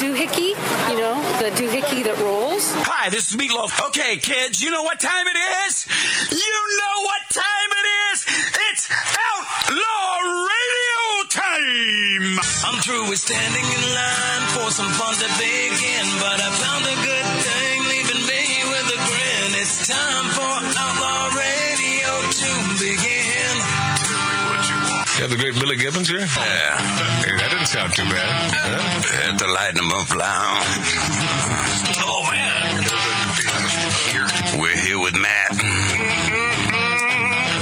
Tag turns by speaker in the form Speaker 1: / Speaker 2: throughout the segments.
Speaker 1: doohickey, you know, the doohickey that rolls.
Speaker 2: Hi, this is Meatloaf. Okay, kids, you know what time it is? You know what time it is? It's Outlaw Radio time!
Speaker 3: I'm through with standing in line for some fun to begin, but I found a good thing leaving me with a grin. It's time for Outlaw Radio to begin.
Speaker 4: Got the great Billy Gibbons here?
Speaker 3: Yeah,
Speaker 4: Hey, that didn't sound too bad. Huh?
Speaker 3: had to lighten them up loud. Oh man, we're here with Matt.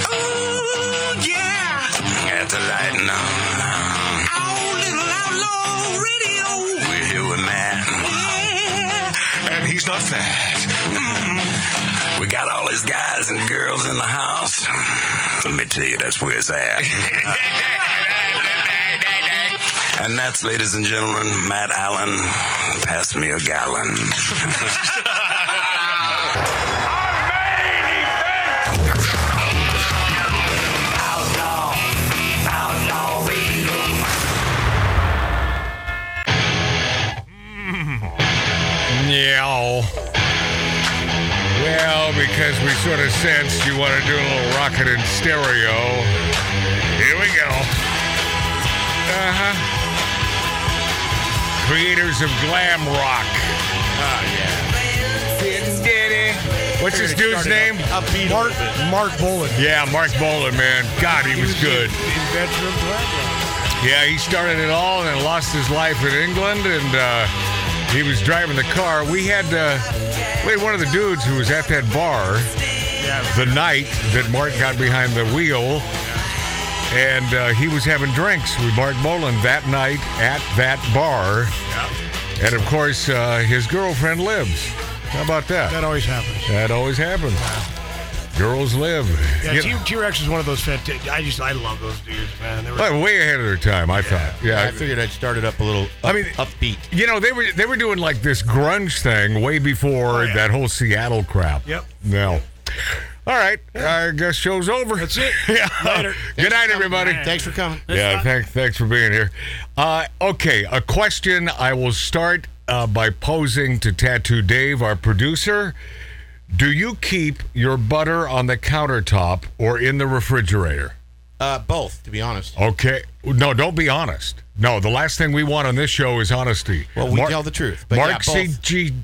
Speaker 2: Oh, yeah!
Speaker 3: Had to lighten up.
Speaker 2: Our little Outlaw Radio!
Speaker 3: We're here with Matt.
Speaker 2: Yeah!
Speaker 4: And he's not fat.
Speaker 3: Mm-hmm. We got all these guys and girls in the house. Let me tell you, that's where it's at. And that's, ladies and gentlemen, Matt Allen. Pass me a gallon.
Speaker 4: Yeah. Well, because we sort of sensed you want to do a little rocket in stereo. Here we go. Uh huh. Creators of glam rock. Ah, What's this dude's name?
Speaker 5: Mark, Mark Bullen.
Speaker 4: Yeah, Mark Bolan, man. God, he was good.
Speaker 5: Inventor of Glamrock.
Speaker 4: Yeah, he started it all and lost his life in England, and uh, he was driving the car. We had uh, we had one of the dudes who was at that bar the night that Mark got behind the wheel, and uh, he was having drinks with Mark Bolan that night at that bar, and of course uh, his girlfriend lives. How about that?
Speaker 5: That always happens.
Speaker 4: That always happens. Girls live.
Speaker 5: Yeah,
Speaker 4: You
Speaker 5: T- T-Rex is one of those fantastic. I just, I love those dudes, man. They were,
Speaker 4: know, way ahead of their time, I thought. Yeah,
Speaker 6: I figured I'd start it up a little up,
Speaker 4: I mean-
Speaker 6: upbeat.
Speaker 4: You know, they were they were doing like this grunge thing way before
Speaker 6: Oh,
Speaker 5: yeah.
Speaker 4: that whole Seattle crap.
Speaker 5: Yep.
Speaker 4: No. All right. I guess show's over. That's
Speaker 5: it.
Speaker 4: yeah.
Speaker 5: Later.
Speaker 4: Good night, everybody.
Speaker 6: Thanks for coming.
Speaker 4: Yeah, thanks, thanks for being here. Uh, okay, a question I will start uh, by posing to Tattoo Dave, our producer. Do you keep your butter on the countertop or in the refrigerator?
Speaker 6: Uh, both, to be honest.
Speaker 4: Okay. No, don't be honest. No, the last thing we want on this show is honesty.
Speaker 6: Well, we tell the truth, but
Speaker 4: Mark
Speaker 6: yeah, both.
Speaker 4: C.G.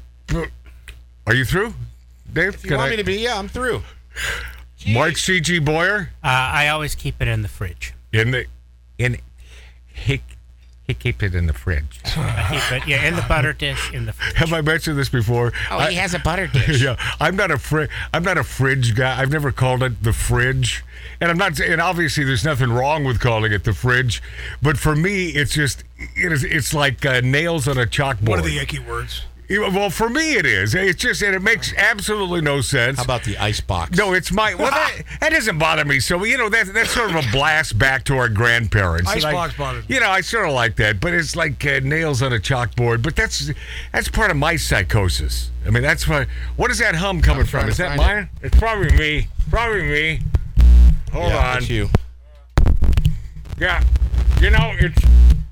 Speaker 4: Are you through, Dave?
Speaker 6: If you want me to be? Yeah, I'm through.
Speaker 4: Mark C.G. Boyer
Speaker 7: Uh, I always keep it in the fridge.
Speaker 4: in the in he he keep it in the fridge.
Speaker 7: I keep it, yeah, in the butter dish in the fridge.
Speaker 4: Have I mentioned this before? I-
Speaker 6: Oh, has a butter dish.
Speaker 4: yeah, I'm not a fri- I'm not a fridge guy. I've never called it the fridge, and I'm not. And obviously, there's nothing wrong with calling it the fridge, but for me, it's just it is. It's like uh, nails on a chalkboard.
Speaker 5: what are the Yankee words?
Speaker 4: Yeah, Well, for me, it is. It's just, and it makes absolutely no sense.
Speaker 6: How about the ice box?
Speaker 4: no, it's my. Well, that, that doesn't bother me. So you know that that's sort of a blast back to our grandparents. And I-
Speaker 5: Icebox bothers me.
Speaker 4: You know, I sort of like that, but it's like uh, nails on a chalkboard. But that's that's part of my psychosis. I mean, that's why. What is that hum coming
Speaker 6: I'm
Speaker 4: from?
Speaker 6: trying
Speaker 4: Is
Speaker 6: to
Speaker 4: that
Speaker 6: find it.
Speaker 4: mine? It's probably me. Probably me. Hold
Speaker 6: yeah,
Speaker 4: on.
Speaker 6: it's you.
Speaker 4: Yeah, you know it's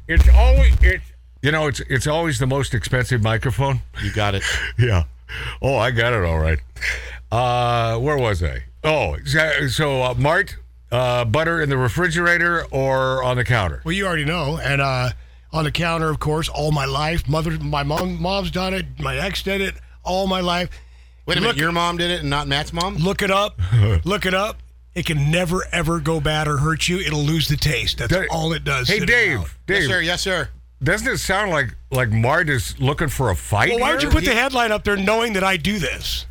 Speaker 4: it's always it's you know it's it's always the most expensive microphone.
Speaker 6: You got it.
Speaker 4: Yeah. Oh, I got it all right. Uh, where was I? Oh, so- so uh, Mart, uh, butter in the refrigerator or on the counter?
Speaker 5: Well, you already know. And uh, on the counter, of course, all my life. Mother, my mom, mom's done it. My ex did it all my life.
Speaker 6: Wait a minute.
Speaker 5: Look-
Speaker 6: Your mom did it and not Matt's mom?
Speaker 5: Look it up. look it up. It can never ever go bad or hurt you. It'll lose the taste. That's
Speaker 4: Da-
Speaker 5: all it does.
Speaker 4: Hey,
Speaker 5: sitting
Speaker 4: Dave.
Speaker 5: out.
Speaker 4: Dave,
Speaker 6: Yes, sir. Yes, sir.
Speaker 4: doesn't it sound like like Mart is looking for a fight?
Speaker 5: Well, why
Speaker 4: here?
Speaker 5: would you put the headline up there knowing that I do this?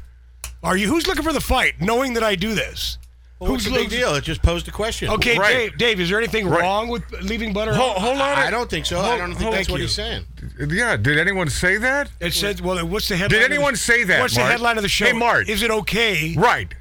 Speaker 5: Are you who's looking for the fight knowing that I do this?
Speaker 6: Well, what's the big
Speaker 5: losing-
Speaker 6: deal? It just posed a question.
Speaker 5: Okay,
Speaker 4: Right.
Speaker 5: Dave. Dave, is there anything
Speaker 4: Right.
Speaker 5: wrong with leaving butter?
Speaker 4: Ho-
Speaker 5: on?
Speaker 4: hold on.
Speaker 6: I don't think so. I don't think
Speaker 4: hold-
Speaker 6: that's what
Speaker 4: thank
Speaker 6: he's saying.
Speaker 4: Yeah. Did anyone say that?
Speaker 5: It says, well, what's the headline?
Speaker 4: Did
Speaker 5: of the-
Speaker 4: anyone say that,
Speaker 5: What's
Speaker 4: Mart?
Speaker 5: the headline of the show?
Speaker 4: Hey, Mart.
Speaker 5: Is it okay?
Speaker 4: Right.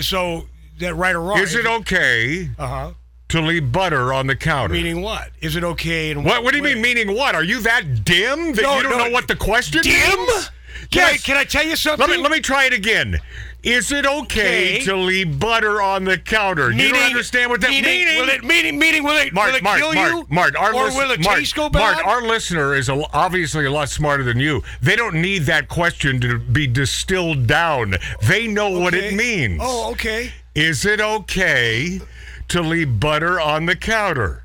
Speaker 5: So that right or wrong?
Speaker 4: Is it okay
Speaker 5: Uh huh.
Speaker 4: to leave butter on the counter?
Speaker 5: Meaning what? Is it okay? And
Speaker 4: what? What do you mean? Meaning what? Are you that dim that
Speaker 5: No,
Speaker 4: you don't
Speaker 5: no.
Speaker 4: know what the question
Speaker 5: Dim?
Speaker 4: means?
Speaker 5: Can, I,
Speaker 4: Yes.
Speaker 5: can I tell you something?
Speaker 4: Let me let me try it again. Is it okay,
Speaker 8: Okay.
Speaker 4: to leave butter on the counter? Do you don't understand what that
Speaker 8: meaning, Will it, meaning, meaning, will it,
Speaker 4: Mark,
Speaker 8: will it
Speaker 4: Mark,
Speaker 8: kill
Speaker 4: Mark,
Speaker 8: you?
Speaker 4: Mark, our
Speaker 8: or
Speaker 4: lis-
Speaker 8: will it
Speaker 4: Mark,
Speaker 8: taste go bad?
Speaker 4: Mark, our listener is a, obviously a lot smarter than you. They don't need that question to be distilled down. They know what it
Speaker 5: Okay.
Speaker 4: means.
Speaker 5: Oh, okay.
Speaker 4: Is it okay to leave butter on the counter?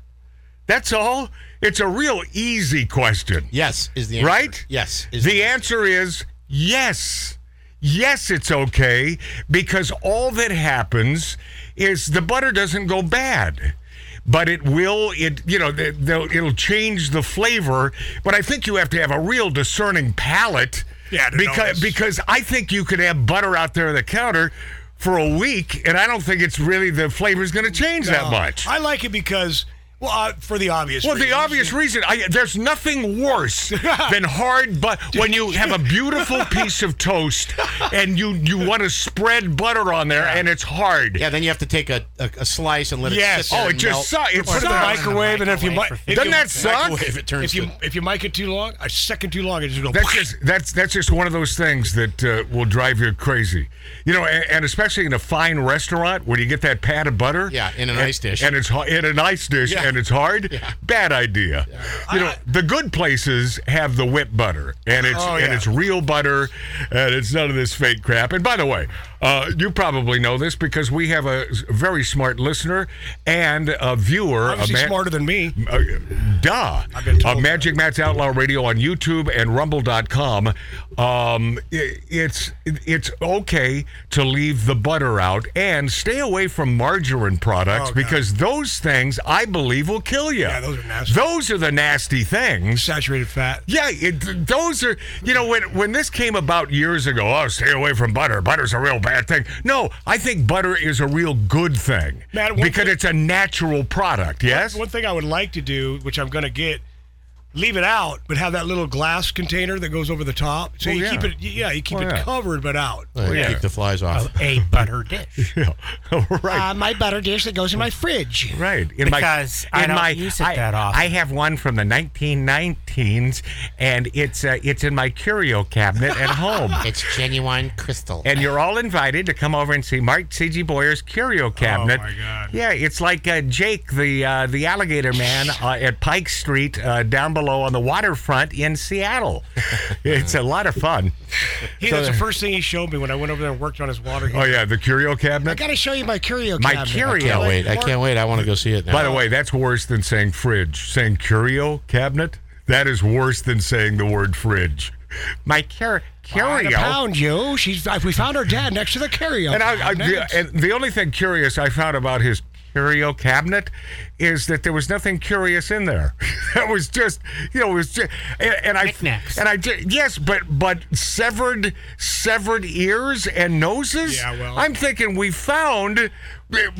Speaker 4: That's all. It's a real easy question.
Speaker 6: Yes, is the answer.
Speaker 4: Right?
Speaker 6: Yes. Is
Speaker 4: the answer is yes. Yes, it's okay because all that happens is the butter doesn't go bad. But it will, it you know, the- the- it'll change the flavor. But I think you have to have a real discerning palate.
Speaker 8: Yeah, to
Speaker 4: because
Speaker 8: notice.
Speaker 4: because I think you could have butter out there on the counter for a week, and I don't think it's really the flavor's going to change that much.
Speaker 5: I like it because, well, uh, for the obvious.
Speaker 4: Well, the
Speaker 5: reasons.
Speaker 4: obvious reason, I, there's nothing worse than hard but when you have a beautiful piece of toast and you, you want to spread butter on there and it's hard.
Speaker 6: Yeah, then you have to take a, a, a slice and let it
Speaker 4: Yes.
Speaker 6: sit there
Speaker 4: Oh, it
Speaker 6: and
Speaker 4: just
Speaker 6: melt.
Speaker 4: suck- it
Speaker 6: Or
Speaker 5: Put it in the
Speaker 4: sucks.
Speaker 5: microwave, and if you
Speaker 7: Microwave
Speaker 5: might,
Speaker 7: for
Speaker 5: if
Speaker 7: fifteen
Speaker 4: Doesn't
Speaker 5: you-
Speaker 4: that suck?
Speaker 6: Microwave, it turns
Speaker 5: If you if you mic it too long, a second too long, it just go.
Speaker 4: That's just that's that's just one of those things that uh, will drive you crazy, you know, and, and especially in a fine restaurant where you get that pat of butter,
Speaker 6: Yeah, in an
Speaker 4: and-
Speaker 6: ice dish.
Speaker 4: and it's hard, in an ice dish,
Speaker 6: Yeah.
Speaker 4: and it's hard.
Speaker 6: Yeah.
Speaker 4: Bad idea. You know, the good places have the whip butter, and it's
Speaker 5: Oh,
Speaker 4: and
Speaker 5: yeah.
Speaker 4: it's real butter, and it's none of this fake crap. And by the way, uh, you probably know this because we have a s- very smart listener and a viewer, a
Speaker 5: Obviously
Speaker 4: man-
Speaker 5: smarter than me.
Speaker 4: uh, duh.
Speaker 5: I've been told
Speaker 4: uh, Magic Matt's Outlaw Radio on YouTube and Rumble.com. Um, i it's it's okay to leave the butter out and stay away from margarine products
Speaker 5: Oh, God.
Speaker 4: because those things I believe will kill you.
Speaker 5: Yeah, those are nasty.
Speaker 4: Those are the nasty things.
Speaker 5: Saturated fat.
Speaker 4: Yeah, it, those are you know when when this came about years ago. Oh, stay away from butter. Butter's a real bad thing. No, I think butter is a real good thing
Speaker 5: Matt, one
Speaker 4: because
Speaker 5: thing-
Speaker 4: it's a natural product. Yes.
Speaker 5: One thing I would like to do, which I'm going to get, leave it out, but have that little glass container that goes over the top. So
Speaker 4: Oh,
Speaker 5: you
Speaker 4: yeah.
Speaker 5: keep it, yeah, you keep
Speaker 4: Oh,
Speaker 5: it
Speaker 4: yeah.
Speaker 5: covered but out.
Speaker 6: Well,
Speaker 4: Yeah.
Speaker 6: Keep the flies off.
Speaker 7: of a butter dish.
Speaker 4: right.
Speaker 5: Uh, my butter dish that goes in my fridge.
Speaker 4: Right. In
Speaker 7: Uh, Because I don't use it
Speaker 4: I,
Speaker 7: that often.
Speaker 4: I have one from the 1919s, and it's uh, it's in my curio cabinet at home.
Speaker 6: It's genuine crystal.
Speaker 4: And you're all invited to come over and see Mark C.G. Boyer's
Speaker 7: Oh,
Speaker 4: Curio Cabinet.
Speaker 5: my God.
Speaker 4: Yeah, it's like uh, Jake, the uh, the alligator man uh, at Pike Street uh, down below on the waterfront in Seattle. it's a lot of fun.
Speaker 5: He, that's the first thing he showed me when I went over there and worked on his water heater.
Speaker 4: Oh, yeah, the Curio Cabinet?
Speaker 5: gotta show you my curio
Speaker 4: My curio.
Speaker 6: can't wait. I can't wait. I want to go see it now.
Speaker 4: By the way, that's worse than saying fridge. Saying curio cabinet, that is worse than saying the word fridge. My cur- curio.
Speaker 5: you. She's. We found her dad next to the curio.
Speaker 4: and, I, I, the, and the only thing curious I found about his curio cabinet is that there was nothing curious in there. that was just, you know, it was just, and, and I,
Speaker 7: Knickknacks.
Speaker 4: and I, ju- yes, but but severed severed ears and noses.
Speaker 5: Yeah, well-
Speaker 4: I'm thinking we found eh,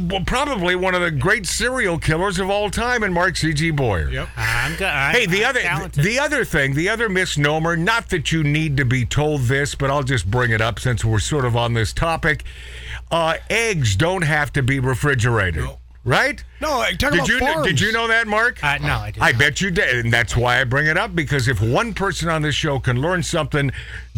Speaker 4: well, probably one of the great serial killers of all time in Mark C. G. Boyer.
Speaker 5: Yep.
Speaker 7: I'm go- I'm,
Speaker 4: Hey, the
Speaker 7: I'm
Speaker 4: other
Speaker 7: talented.
Speaker 4: the other thing, the other misnomer, not that you need to be told this, but I'll just bring it up since we're sort of on this topic. Uh, eggs don't have to be refrigerated. Right?
Speaker 5: No, I- talk
Speaker 4: did
Speaker 5: about
Speaker 4: you kn- did
Speaker 5: farms.
Speaker 4: you know that, Mark?
Speaker 7: uh, no, I didn't.
Speaker 4: I bet you did, and that's why I bring it up because if one person on this show can learn something,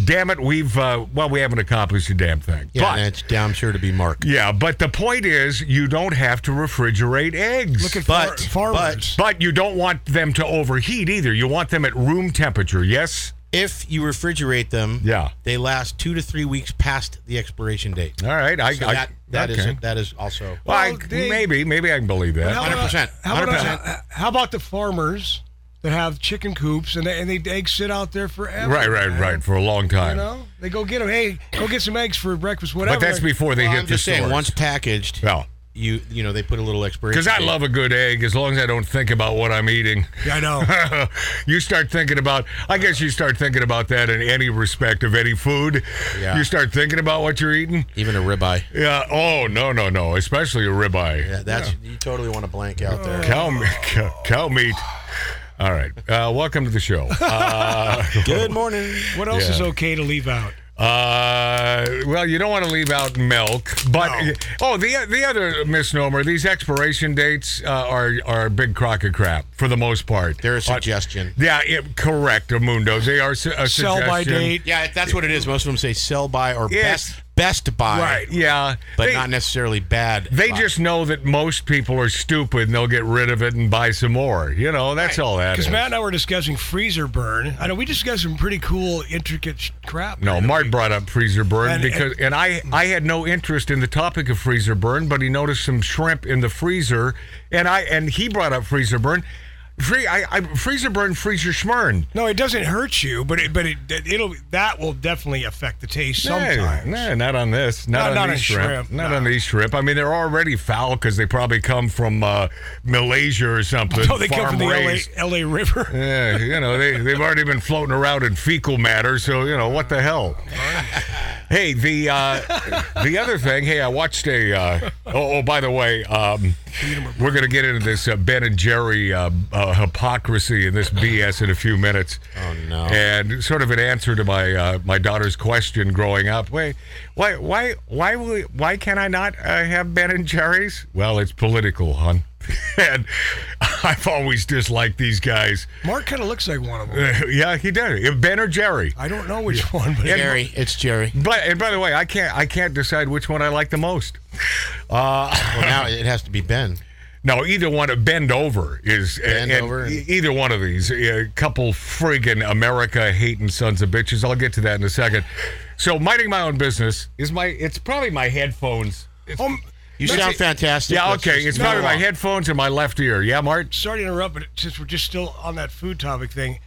Speaker 4: damn it, we've uh, well, we haven't accomplished a damn thing.
Speaker 6: yeah,
Speaker 4: but,
Speaker 6: and it's damn sure to be Mark.
Speaker 4: yeah, but the point is, you don't have to refrigerate eggs.
Speaker 5: Look at
Speaker 6: But-
Speaker 5: far- farmers.
Speaker 4: But you don't want them to overheat either. You want them at room temperature, yes?
Speaker 6: If you refrigerate them,
Speaker 4: Yeah.
Speaker 6: they last two to three weeks past the expiration date.
Speaker 4: All right. I,
Speaker 6: So
Speaker 4: I,
Speaker 6: that that is
Speaker 4: okay.
Speaker 6: that is also
Speaker 4: Well, I-
Speaker 5: Well, they-
Speaker 4: maybe, maybe I can believe that.
Speaker 5: How about-
Speaker 6: 100%,
Speaker 5: How about, uh,
Speaker 6: 100%.
Speaker 5: how about the farmers that have chicken coops and they, and they eggs sit out there forever?
Speaker 4: right, right,
Speaker 5: man?
Speaker 4: right. For a long
Speaker 5: You
Speaker 4: time.
Speaker 5: know, they go get them. Hey, go get some eggs for breakfast. Whatever.
Speaker 4: but that's before they
Speaker 6: Well,
Speaker 4: hit
Speaker 6: I'm
Speaker 4: the
Speaker 6: just saying
Speaker 4: stores.
Speaker 6: once packaged,
Speaker 4: Yeah.
Speaker 6: you you know they put a little expiration.
Speaker 4: Because I
Speaker 6: date.
Speaker 4: love a good egg as long as I don't think about what I'm eating.
Speaker 5: Yeah, I know.
Speaker 4: you start thinking about, I guess you start thinking about that in any respect of any food.
Speaker 6: Yeah.
Speaker 4: You start thinking about what you're eating.
Speaker 6: even a ribeye.
Speaker 4: Yeah. Oh, no, no, no. Especially a ribeye.
Speaker 6: Yeah, that's you totally want to blank out there.
Speaker 4: Cow, me- cow, cow meat. All right. Uh, welcome to the show. Uh,
Speaker 6: Good morning.
Speaker 5: What else
Speaker 4: Yeah.
Speaker 5: is okay to leave out?
Speaker 4: uh, well, you don't want to leave out milk, but oh, the the other misnomer: these expiration dates uh, are are a big crock of crap for the most part.
Speaker 6: They're a
Speaker 4: Uh,
Speaker 6: suggestion.
Speaker 4: yeah, it, correct, Amundo. They are su- a
Speaker 5: Sell by
Speaker 4: suggestion.
Speaker 5: date.
Speaker 6: Yeah, that's what it is. Most of them say sell by or
Speaker 4: Yes.
Speaker 6: best Best Buy,
Speaker 5: Right.
Speaker 4: Yeah,
Speaker 6: But
Speaker 4: they,
Speaker 6: not necessarily bad.
Speaker 4: They
Speaker 6: buy.
Speaker 4: just know that most people are stupid and they'll get rid of it and buy some more. You know, that's all that is.
Speaker 5: Because Matt and I were discussing freezer burn. I know we discussed some pretty cool, intricate sh- crap.
Speaker 4: No, Mark brought up freezer burn
Speaker 5: And-
Speaker 4: because, and I, I had no interest in the topic of freezer burn, but he noticed some shrimp in the freezer, and I, and he brought up freezer burn, Free, I, I freezer burn, freezer schmurn.
Speaker 5: No, it doesn't hurt you, but it, but it, it'll that will definitely affect the taste sometimes.
Speaker 4: No, not on this. Not,
Speaker 5: Not-
Speaker 4: on
Speaker 5: not
Speaker 4: these
Speaker 5: on
Speaker 4: shrimp.
Speaker 5: shrimp,
Speaker 4: Not
Speaker 5: no.
Speaker 4: on these shrimp. I mean, they're already foul because they probably come from uh, Malaysia or something.
Speaker 5: No, Oh, they come from
Speaker 4: raised.
Speaker 5: the LA, LA River.
Speaker 4: Yeah, you know, they, they've already been floating around in fecal matter, so, you know, what the hell? hey, the uh, the other thing, hey, I watched a. Uh, oh, oh, by the way, um, we're going to get into this uh, Ben and Jerry uh, uh, hypocrisy and this BS in a few minutes.
Speaker 6: Oh, no.
Speaker 4: And sort of an answer to my uh, my daughter's question growing up. Wait, why why why will, why can I not uh, have Ben and Jerry's? Well, it's political, hon. and I've always disliked these guys.
Speaker 5: Mark kind of looks like one of them.
Speaker 4: yeah, he did. Ben or Jerry.
Speaker 5: I don't know which one, but
Speaker 6: Jerry. It's Jerry.
Speaker 4: But and by the way, I can't I can't decide which one I like the most. Uh,
Speaker 6: Well, now it has to be Ben.
Speaker 4: no, either one. Bend over is
Speaker 6: Bend
Speaker 4: and
Speaker 6: Over and-
Speaker 4: e- either one of these. A couple friggin' America hating sons of bitches. I'll get to that in a second. So minding my own business is my. It's probably my headphones. It's-
Speaker 5: Um,
Speaker 6: You
Speaker 4: Let's
Speaker 6: sound
Speaker 4: see-
Speaker 6: fantastic.
Speaker 4: yeah,
Speaker 6: Let's
Speaker 4: okay.
Speaker 6: just
Speaker 4: It's probably
Speaker 6: move
Speaker 4: my
Speaker 6: on.
Speaker 4: headphones and my left ear. Yeah, Mart.
Speaker 5: sorry to interrupt, but since we're just still on that food topic thing,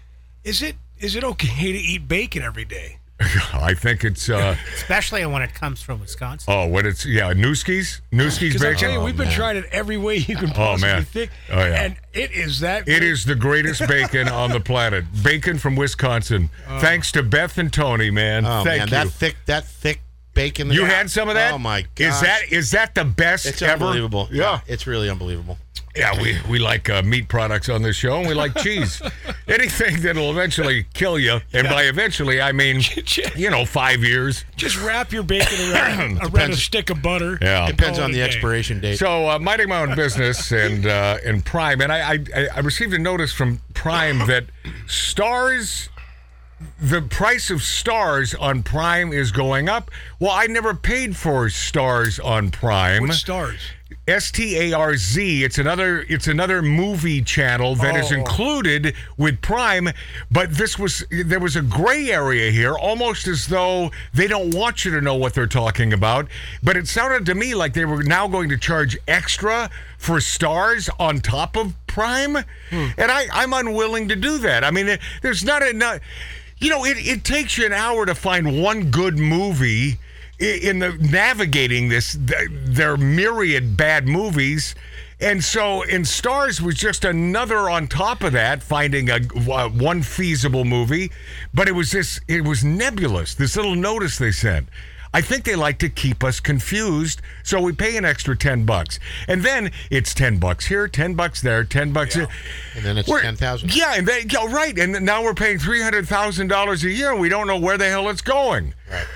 Speaker 5: is it is it okay to eat bacon every day?
Speaker 4: I think it's. uh
Speaker 7: Especially when it comes from Wisconsin.
Speaker 4: Oh, when it's yeah, Newski's Newski's
Speaker 5: Because I
Speaker 4: bacon.
Speaker 5: tell you, we've been trying it every way you can
Speaker 4: Oh,
Speaker 5: possibly
Speaker 4: man.
Speaker 5: think,
Speaker 4: Oh, yeah.
Speaker 5: and it is that.
Speaker 4: It
Speaker 5: good.
Speaker 4: is the greatest bacon on the planet. Bacon from Wisconsin. Thanks to Beth and Tony, man.
Speaker 6: Oh
Speaker 4: Thank
Speaker 6: man,
Speaker 4: you.
Speaker 6: that thick, that thick bacon.
Speaker 4: you had some of that?
Speaker 6: Oh my god!
Speaker 4: Is that is that the best
Speaker 6: It's
Speaker 4: ever?
Speaker 6: unbelievable.
Speaker 4: Yeah.
Speaker 6: it's really unbelievable.
Speaker 4: Yeah, we, we like uh, meat products on this show and we like cheese. Anything that'll eventually kill you. And by eventually I mean you know, five years.
Speaker 5: Just wrap your bacon around, around a
Speaker 6: Depends.
Speaker 5: stick of butter.
Speaker 4: Yeah.
Speaker 5: and
Speaker 6: Depends
Speaker 5: call it
Speaker 6: on
Speaker 5: a
Speaker 6: the
Speaker 5: day.
Speaker 6: expiration date.
Speaker 4: So uh, minding my own business and uh, and Prime, and I, I I- I received a notice from Prime that stars, the price of stars on Prime is going up. Well, I never paid for stars on Prime.
Speaker 5: With stars.
Speaker 4: S T A R Z. It's another it's another movie channel that is included with Prime, but this was there was a gray area here, almost as though they don't want you to know what they're talking about. But it sounded to me like they were now going to charge extra for stars on top of Prime, and I I'm unwilling to do that. I mean, there- there's not enough. You know, it, it takes you an hour to find one good movie i- in the navigating this th- their myriad bad movies and so and stars was just another on top of that finding a uh, one feasible movie but it was this it was nebulous this little notice they sent I think they like to keep us confused, so we pay an extra ten bucks, and then it's ten bucks here, ten bucks there, ten bucks here,
Speaker 6: And then it's
Speaker 4: We're-
Speaker 6: 10,000.
Speaker 4: Yeah, and they, yeah, right. And now we're paying three hundred thousand dollars a year, and we don't know where the hell it's going. Right.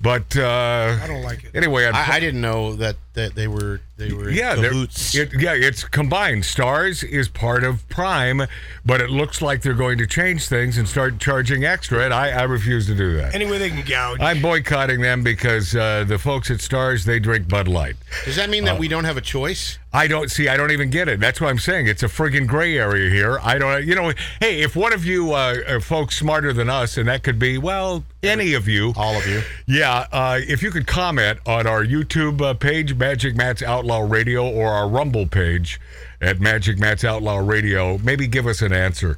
Speaker 4: But uh, I
Speaker 5: don't like it.
Speaker 4: Anyway, I'd-
Speaker 6: I, I didn't know that, that they were they were in
Speaker 4: yeah, they're-
Speaker 6: cahoots.
Speaker 4: it, yeah, it's combined. Stars is part of Prime, but it looks like they're going to change things and start charging extra, and I, I refuse to do that.
Speaker 5: Anyway, they can gouge.
Speaker 4: I'm boycotting them because uh, the folks at Stars they drink Bud Light.
Speaker 6: Does that mean that
Speaker 4: Oh.
Speaker 6: we don't have a choice?
Speaker 4: I don't see. I don't even get it. That's what I'm saying. It's a friggin' gray area here. I don't. You know. Hey, if one of you uh, are folks smarter than us, and that could be well any of you,
Speaker 6: All of you.
Speaker 4: yeah, uh, if you could comment on our YouTube uh, page, Magic Matt's Outlaw Radio, or our Rumble page at Magic Matt's Outlaw Radio, maybe give us an answer.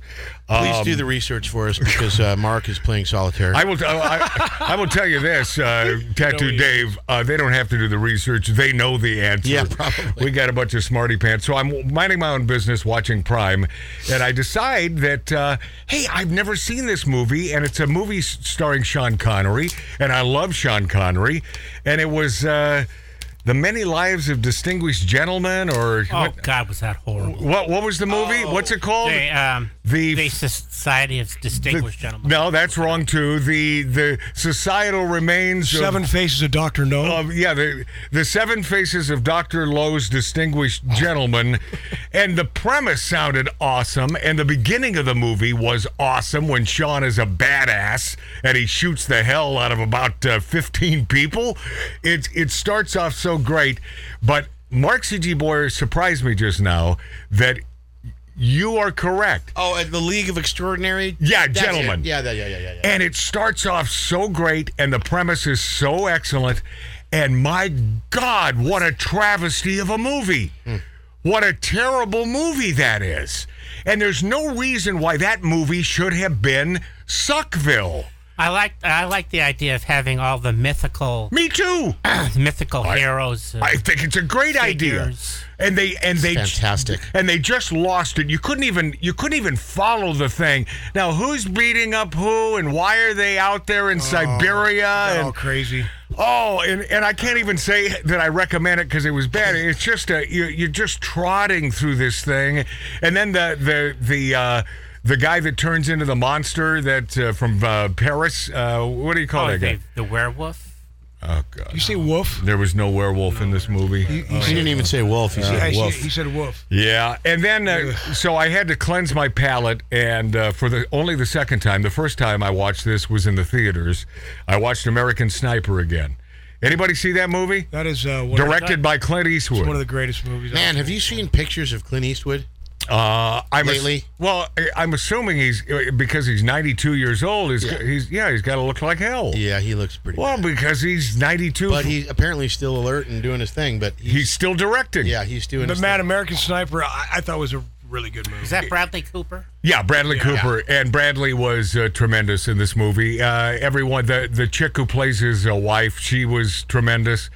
Speaker 6: Please do the research for us because uh, Mark is playing solitaire.
Speaker 4: Um, I will. T- I, I will tell you this, uh, Tattoo Dave. Uh, they don't have to do the research; they know the answer.
Speaker 6: Yeah, probably.
Speaker 4: We got a bunch of smarty pants. So I'm minding my own business, watching Prime, and I decide that uh, hey, I've never seen this movie, and it's a movie s- starring Sean Connery, and I love Sean Connery, and it was uh, the Many Lives of Distinguished Gentlemen, or
Speaker 7: Oh
Speaker 4: what,
Speaker 7: God, was that horrible?
Speaker 4: what? What was the movie? What's it called?
Speaker 7: They, um,
Speaker 4: the
Speaker 7: The Society of Distinguished Gentlemen.
Speaker 4: no, that's wrong too. The the societal remains of-
Speaker 5: Seven faces of Doctor No.
Speaker 4: of- yeah, the the seven faces of Doctor Lowe's distinguished gentleman, and the premise sounded awesome, and the beginning of the movie was awesome when Sean is a badass and he shoots the hell out of about uh, fifteen people. It it starts off so great, but Mark C G Boyer surprised me just now that you are correct.
Speaker 6: Oh, at the League of Extraordinary.
Speaker 4: Yeah,
Speaker 6: That's it.
Speaker 4: gentlemen.
Speaker 6: Yeah, yeah, yeah, yeah, yeah. yeah.
Speaker 4: And it starts off so great, and the premise is so excellent. And my God, what a travesty of a movie! What a terrible movie that is. And there's no reason why that movie should have been Suckville.
Speaker 7: I like I like the idea of having all the mythical
Speaker 4: Me too.
Speaker 7: mythical heroes. uh,
Speaker 4: I think it's a great idea.
Speaker 7: Figures.
Speaker 4: And they and they
Speaker 6: Fantastic.
Speaker 4: and they just lost it. You couldn't even you couldn't even follow the thing. Now who's beating up who and why are they out there in Siberia?
Speaker 5: They're
Speaker 4: and-
Speaker 5: all crazy.
Speaker 4: Oh, and, and I can't even say that I recommend it because it was bad. It's just a, you're, you're just trotting through this thing, and then the the the uh, the guy that turns into the monster that uh, from uh, Paris. Uh, what do you call
Speaker 7: oh,
Speaker 4: that
Speaker 7: the,
Speaker 4: guy?
Speaker 7: the werewolf.
Speaker 4: Oh God!
Speaker 5: You say woof?
Speaker 4: There was no werewolf in this movie.
Speaker 6: he didn't even say wolf. Uh, He
Speaker 5: Yeah,
Speaker 6: said
Speaker 5: he said-
Speaker 6: wolf.
Speaker 5: he said woof.
Speaker 4: Yeah, and then uh, so I had to cleanse my palate, and uh, for the only the second time, the first time I watched this was in the theaters. I watched American Sniper again. Anybody see that movie?
Speaker 5: That is uh, one,
Speaker 4: Directed by Clint Eastwood.
Speaker 5: of, one of the greatest movies.
Speaker 6: Man, have you seen pictures of Clint Eastwood?
Speaker 4: Uh, I'm ass-
Speaker 6: Lately?
Speaker 4: well, I- I'm assuming he's uh, because he's 92 years old. He's he's yeah, he's got to look like hell.
Speaker 6: Yeah, he looks pretty.
Speaker 4: Well,
Speaker 6: bad.
Speaker 4: because he's 92,
Speaker 6: but he's apparently still alert and doing his thing. But he,
Speaker 4: he's still directing.
Speaker 6: yeah, he's doing.
Speaker 5: But
Speaker 6: his
Speaker 5: Mad
Speaker 6: thing.
Speaker 5: American Sniper, I, I thought was a really good movie.
Speaker 7: Is that Bradley Cooper?
Speaker 4: Yeah, Bradley Cooper and Bradley was uh, tremendous in this movie. Uh, everyone, the the chick who plays his uh, wife, she was tremendous.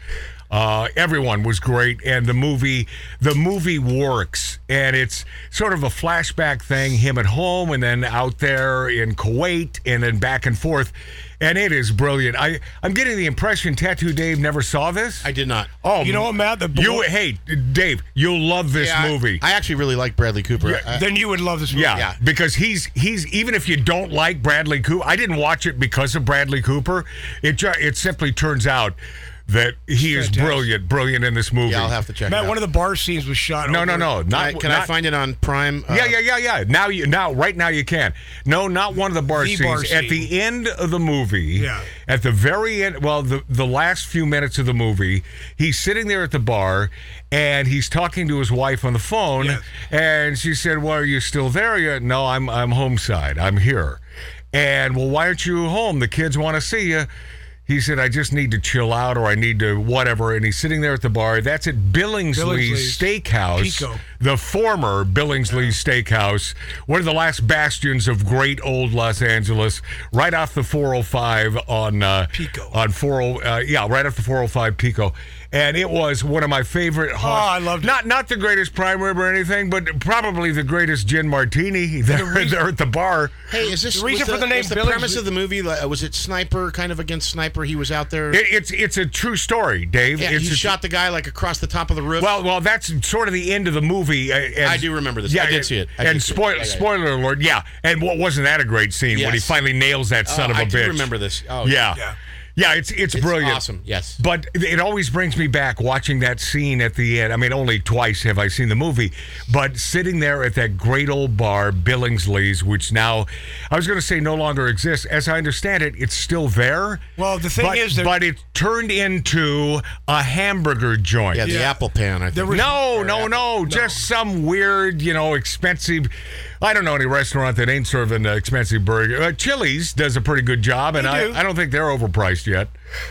Speaker 4: Uh, everyone was great, and the movie the movie works, and it's sort of a flashback thing, him at home, and then out there in Kuwait, and then back and forth, and it is brilliant. I I'm getting the impression Tattoo Dave never saw this.
Speaker 6: I did not.
Speaker 4: oh,
Speaker 5: You know what, Matt? The
Speaker 4: you hey Dave, you'll love this
Speaker 6: Yeah, I-
Speaker 4: movie.
Speaker 6: I, actually really like Bradley Cooper. I-
Speaker 5: then you would love this movie.
Speaker 4: Uh, Yeah,
Speaker 6: Yeah.
Speaker 4: because he's he's even if you don't like Bradley Cooper, I didn't watch it because of Bradley Cooper. It ju- it simply turns out that he is
Speaker 5: Fantastic.
Speaker 4: brilliant, brilliant in this movie.
Speaker 6: yeah, I'll have to check.
Speaker 5: Matt,
Speaker 6: it out.
Speaker 5: one of the bar scenes was shot.
Speaker 4: no,
Speaker 5: over-
Speaker 4: no, no,
Speaker 6: Can
Speaker 4: not
Speaker 6: I, can I
Speaker 4: not-
Speaker 6: find it on Prime? Uh,
Speaker 5: Uh-huh.
Speaker 4: yeah, yeah, yeah, yeah. Now you now right now you can. No, not one of the bar
Speaker 5: The
Speaker 4: scenes.
Speaker 5: bar
Speaker 4: At the end of the movie,
Speaker 5: Yeah.
Speaker 4: at the very end, well, the the last few minutes of the movie, he's sitting there at the bar and he's talking to his wife on the phone,
Speaker 5: Yes.
Speaker 4: and she said, "Well, are you still there yet?" No, I'm I'm home side. I'm here. And well, why aren't you home? The kids want to see you. He said, I just need to chill out or I need to whatever. And he's sitting there at the bar. That's at Billingsley
Speaker 5: Billingsley's.
Speaker 4: Steakhouse
Speaker 5: Pico.
Speaker 4: the former Billingsley Steakhouse, one of the last bastions of great old Los Angeles, right off the 405 on uh,
Speaker 5: Pico.
Speaker 4: on 40 uh, yeah, right off the 405 Pico, and it was one of my favorite. Oh,
Speaker 5: I loved it.
Speaker 4: not not the greatest prime rib or anything, but probably the greatest gin martini there, there at the bar.
Speaker 6: Hey, is this
Speaker 5: The reason
Speaker 6: was
Speaker 5: for the name
Speaker 6: was the
Speaker 5: Billings-
Speaker 6: premise of the movie? Like, uh, was it sniper kind of against sniper? He was out there.
Speaker 4: It, it's it's a true story, Dave.
Speaker 6: yeah,
Speaker 4: it's
Speaker 6: he
Speaker 4: a-
Speaker 6: shot the guy like across the top of the roof.
Speaker 4: Well, well, that's sort of the end of the movie. uh, And,
Speaker 6: I do remember this. I did
Speaker 4: and-
Speaker 6: see it. I
Speaker 4: and
Speaker 6: did see it.
Speaker 4: spoil,
Speaker 6: Yeah, yeah, yeah.
Speaker 4: spoiler alert, yeah. And what wasn't that a great scene when he
Speaker 6: Yes.
Speaker 4: finally nails that son of a
Speaker 6: Uh, I do
Speaker 4: bitch?
Speaker 6: remember this. Oh,
Speaker 4: yeah.
Speaker 5: Yeah.
Speaker 4: yeah. it's, it's brilliant.
Speaker 6: awesome. Yes.
Speaker 4: But it always brings me back watching that scene at the end. I mean, only twice have I seen the movie, but sitting there at that great old bar, Billingsley's, which now I was going to say no longer exists. As I understand it, it's still there.
Speaker 5: Well, the thing
Speaker 4: but,
Speaker 5: is that-
Speaker 4: but it turned into a hamburger joint.
Speaker 6: Yeah, the apple pan. I think.
Speaker 4: No, no, no, Just some weird, you know, expensive. I don't know any restaurant that ain't serving uh, expensive burger. Uh, Chili's does a pretty good job, and
Speaker 5: do.
Speaker 4: I, I don't think they're overpriced yet.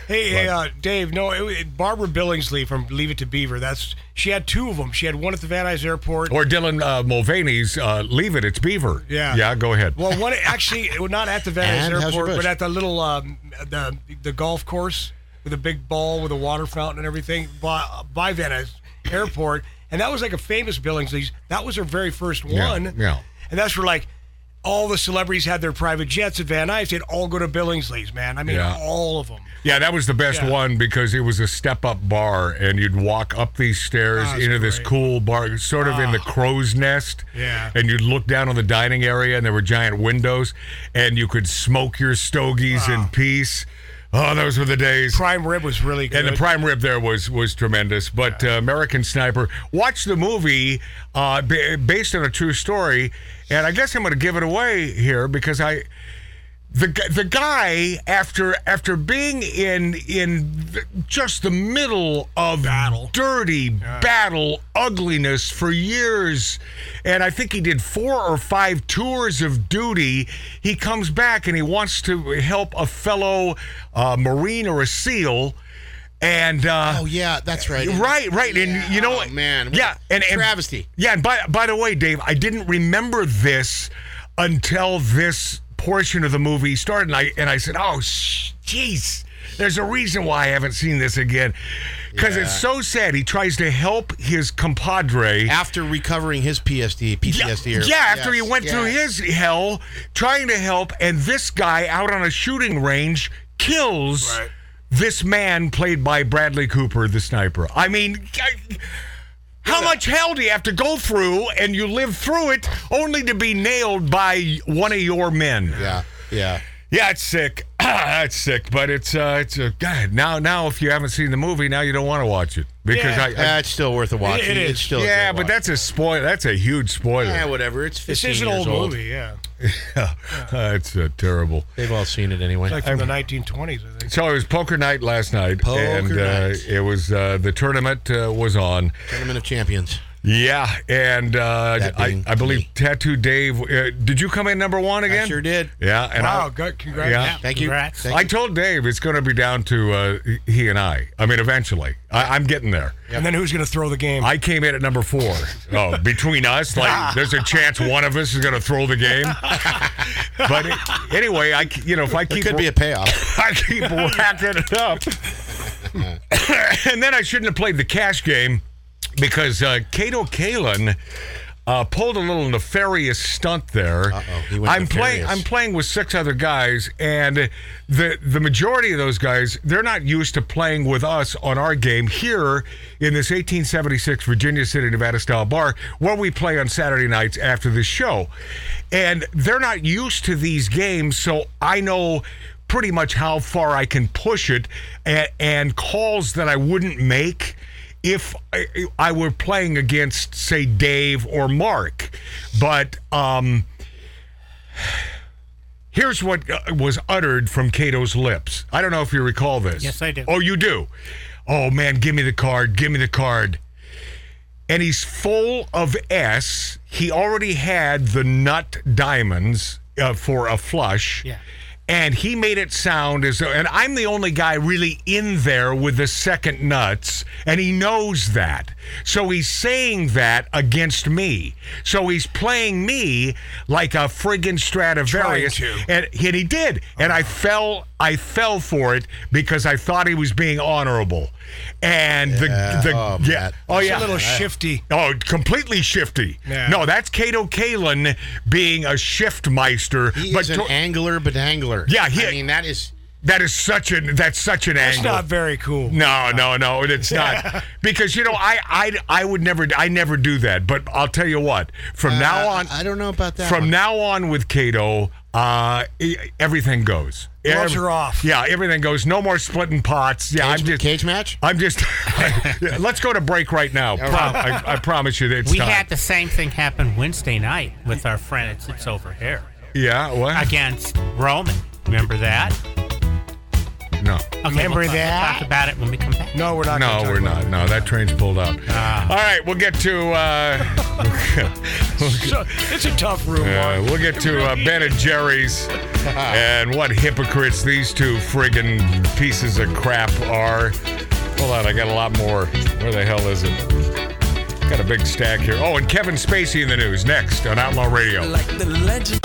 Speaker 5: Hey, hey uh, Dave. No, it, it- Barbara Billingsley from Leave It to Beaver. That's she had two of them. She had one at the Van Nuys Airport.
Speaker 4: Or Dylan uh, Mulvaney's uh, Leave It, It's Beaver.
Speaker 5: Yeah.
Speaker 4: Yeah, go ahead.
Speaker 5: well, one actually well, not at the Van
Speaker 6: And
Speaker 5: Nuys
Speaker 6: how's
Speaker 5: Airport,
Speaker 6: your bush?
Speaker 5: but at the little um, the the golf course with a big ball with a water fountain and everything by, by Van Nuys Airport. And that was like a famous Billingsley's. That was her very first
Speaker 4: Yeah,
Speaker 5: one.
Speaker 4: yeah.
Speaker 5: And that's where like all the celebrities had their private jets at Van Nuys. They'd all go to Billingsley's, man. I mean,
Speaker 4: Yeah.
Speaker 5: all of them.
Speaker 4: Yeah, that was the best
Speaker 5: Yeah.
Speaker 4: one because it was a step up bar, and you'd walk up these stairs
Speaker 5: Oh, it's
Speaker 4: into this
Speaker 5: great. Ah.
Speaker 4: cool bar, sort of in the crow's nest.
Speaker 5: Yeah.
Speaker 4: And you'd look down on the dining area, and there were giant windows, and you could smoke your stogies in peace. Oh, those were the days.
Speaker 5: Ah. Prime rib was really good.
Speaker 4: and the prime rib there was was tremendous. But uh, American Sniper, watch the movie uh, ba- based on a true story, and I guess I'm going to give it away here because I the gu- the guy after after being in in th- just the middle of battle. dirty battle ugliness for years and i think he did four or five tours of duty he comes back and he wants to help a fellow uh, marine or a seal and uh,
Speaker 6: Oh yeah, that's right.
Speaker 4: Right, right, and you know,
Speaker 6: Oh, man, what
Speaker 4: yeah,
Speaker 6: a
Speaker 4: and, and
Speaker 6: travesty.
Speaker 4: Yeah, and by by the way, Dave, I didn't remember this until this portion of the movie started, and I and I said, "Oh, sh- jeez, there's a reason why I haven't seen this again," because it's so sad. He tries to help his compadre.
Speaker 6: After recovering his PSD, PTSD.
Speaker 4: Yeah,
Speaker 6: or-
Speaker 4: yeah, after
Speaker 6: Yes,
Speaker 4: he went through
Speaker 6: yes.
Speaker 4: his hell trying to help, and this guy out on a shooting range kills
Speaker 5: Right.
Speaker 4: this man played by Bradley Cooper, the sniper. I mean, I- how much hell do you have to go through and you live through it only to be nailed by one of your men?
Speaker 6: Yeah, yeah.
Speaker 4: Yeah, it's sick. That's sick, but it's uh, it's a God. Now, now, if you haven't seen the movie, now you don't want to watch it because
Speaker 5: Yeah.
Speaker 4: I, I
Speaker 6: Uh, it's still worth a watch.
Speaker 5: It- it
Speaker 6: It's
Speaker 5: is.
Speaker 6: still a
Speaker 4: yeah,
Speaker 6: great
Speaker 4: but
Speaker 6: watch.
Speaker 4: that's a spoil. That's a huge spoiler.
Speaker 6: yeah, whatever. It's 15
Speaker 5: this is an
Speaker 6: years
Speaker 5: old, movie, yeah.
Speaker 4: That's uh, terrible.
Speaker 6: They've all seen it anyway.
Speaker 5: Like from the 1920s, I think.
Speaker 4: So it was poker night last night,
Speaker 6: Poker
Speaker 4: and uh,
Speaker 6: night.
Speaker 4: it was uh, the tournament uh, was on.
Speaker 6: Tournament of Champions.
Speaker 4: Yeah, and uh,
Speaker 6: That
Speaker 4: I,
Speaker 6: being
Speaker 4: I believe
Speaker 6: me.
Speaker 4: Tattoo Dave. Uh, did you come in number one again?
Speaker 6: sure did.
Speaker 4: Yeah, and
Speaker 5: Wow,
Speaker 4: I,
Speaker 5: good, congrats.
Speaker 4: Yeah.
Speaker 6: Thank you.
Speaker 7: Congrats.
Speaker 6: Thank
Speaker 4: I
Speaker 6: you.
Speaker 4: told Dave it's going to be down to uh, he and I. I mean, eventually, I, I'm getting there.
Speaker 5: And then who's going to throw the game?
Speaker 4: I came in at number four. Oh, between us, like there's a chance one of us is going to throw the game. but anyway, I c- you know if I keep
Speaker 6: Could be a payoff.
Speaker 4: I keep whacking it up. and then I shouldn't have played the cash game because uh, Kato Kalin. Uh, pulled a little nefarious stunt there.
Speaker 6: he went
Speaker 4: I'm playing.
Speaker 6: nefarious.
Speaker 4: I'm playing with six other guys, and the the majority of those guys they're not used to playing with us on our game here in this 1876 Virginia City, Nevada style bar where we play on Saturday nights after the show, and they're not used to these games. So I know pretty much how far I can push it, and, and calls that I wouldn't make if I, I were playing against, say, Dave or Mark. But um, here's what uh, was uttered from Cato's lips. I don't know if you recall this.
Speaker 7: Yes, I do.
Speaker 4: Oh, you do? Oh, man, give me the card. Give me the card. And he's full of S. He already had the nut diamonds uh, for a flush.
Speaker 7: Yeah.
Speaker 4: And he made it sound as though, and I'm the only guy really in there with the second nuts, and he knows that. So he's saying that against me. So he's playing me like a friggin' Stradivarius,
Speaker 5: Trying to.
Speaker 4: and, and he did. And I fell, I fell for it because I thought he was being honorable. And the, the
Speaker 6: Oh,
Speaker 4: yeah,
Speaker 6: Matt.
Speaker 4: oh
Speaker 5: It's
Speaker 4: yeah,
Speaker 5: a little shifty.
Speaker 4: Oh, completely shifty.
Speaker 5: Yeah.
Speaker 4: No, that's Cato Kalin being a shift meister.
Speaker 6: He
Speaker 4: but
Speaker 6: is an
Speaker 4: to-
Speaker 6: angler, but angler.
Speaker 4: Yeah, he-
Speaker 6: I mean, that is.
Speaker 4: that is such an that's such an
Speaker 5: It's
Speaker 4: angle.
Speaker 5: not very cool.
Speaker 4: no, no, no, it's not because you know I, I I would never I never do that. But I'll tell you what, from now on,
Speaker 6: Uh, I don't know about that.
Speaker 4: from
Speaker 6: one.
Speaker 4: now on with Cato, uh, e- everything goes.
Speaker 5: Gloves are off.
Speaker 4: Yeah, everything goes. No more splitting pots. Yeah,
Speaker 6: cage,
Speaker 4: I'm just.
Speaker 6: cage match.
Speaker 4: I'm just. let's go to break right now. Prom- I, I promise you, that it's
Speaker 7: We
Speaker 4: time.
Speaker 7: had the same thing happen Wednesday night with our friend. It's, it's over here
Speaker 4: yeah. What?
Speaker 7: against Roman. Remember that?
Speaker 4: no.
Speaker 7: Okay,
Speaker 5: Remember
Speaker 7: we'll talk- we'll
Speaker 5: that?
Speaker 7: talk about it when we come back.
Speaker 5: No, we're not. gonna
Speaker 4: No,
Speaker 5: talk
Speaker 4: we're
Speaker 5: about
Speaker 4: not. No, that train's pulled out. All right, we'll get to uh,
Speaker 5: it. So, it's a tough room.
Speaker 4: uh,
Speaker 5: Mark.
Speaker 4: we'll get to uh, Ben and Jerry's and what hypocrites these two friggin' pieces of crap are. Hold on, I got a lot more. Where the hell is it? Got a big stack here. Oh, and Kevin Spacey in the news next on Outlaw Radio.
Speaker 3: Like the legend.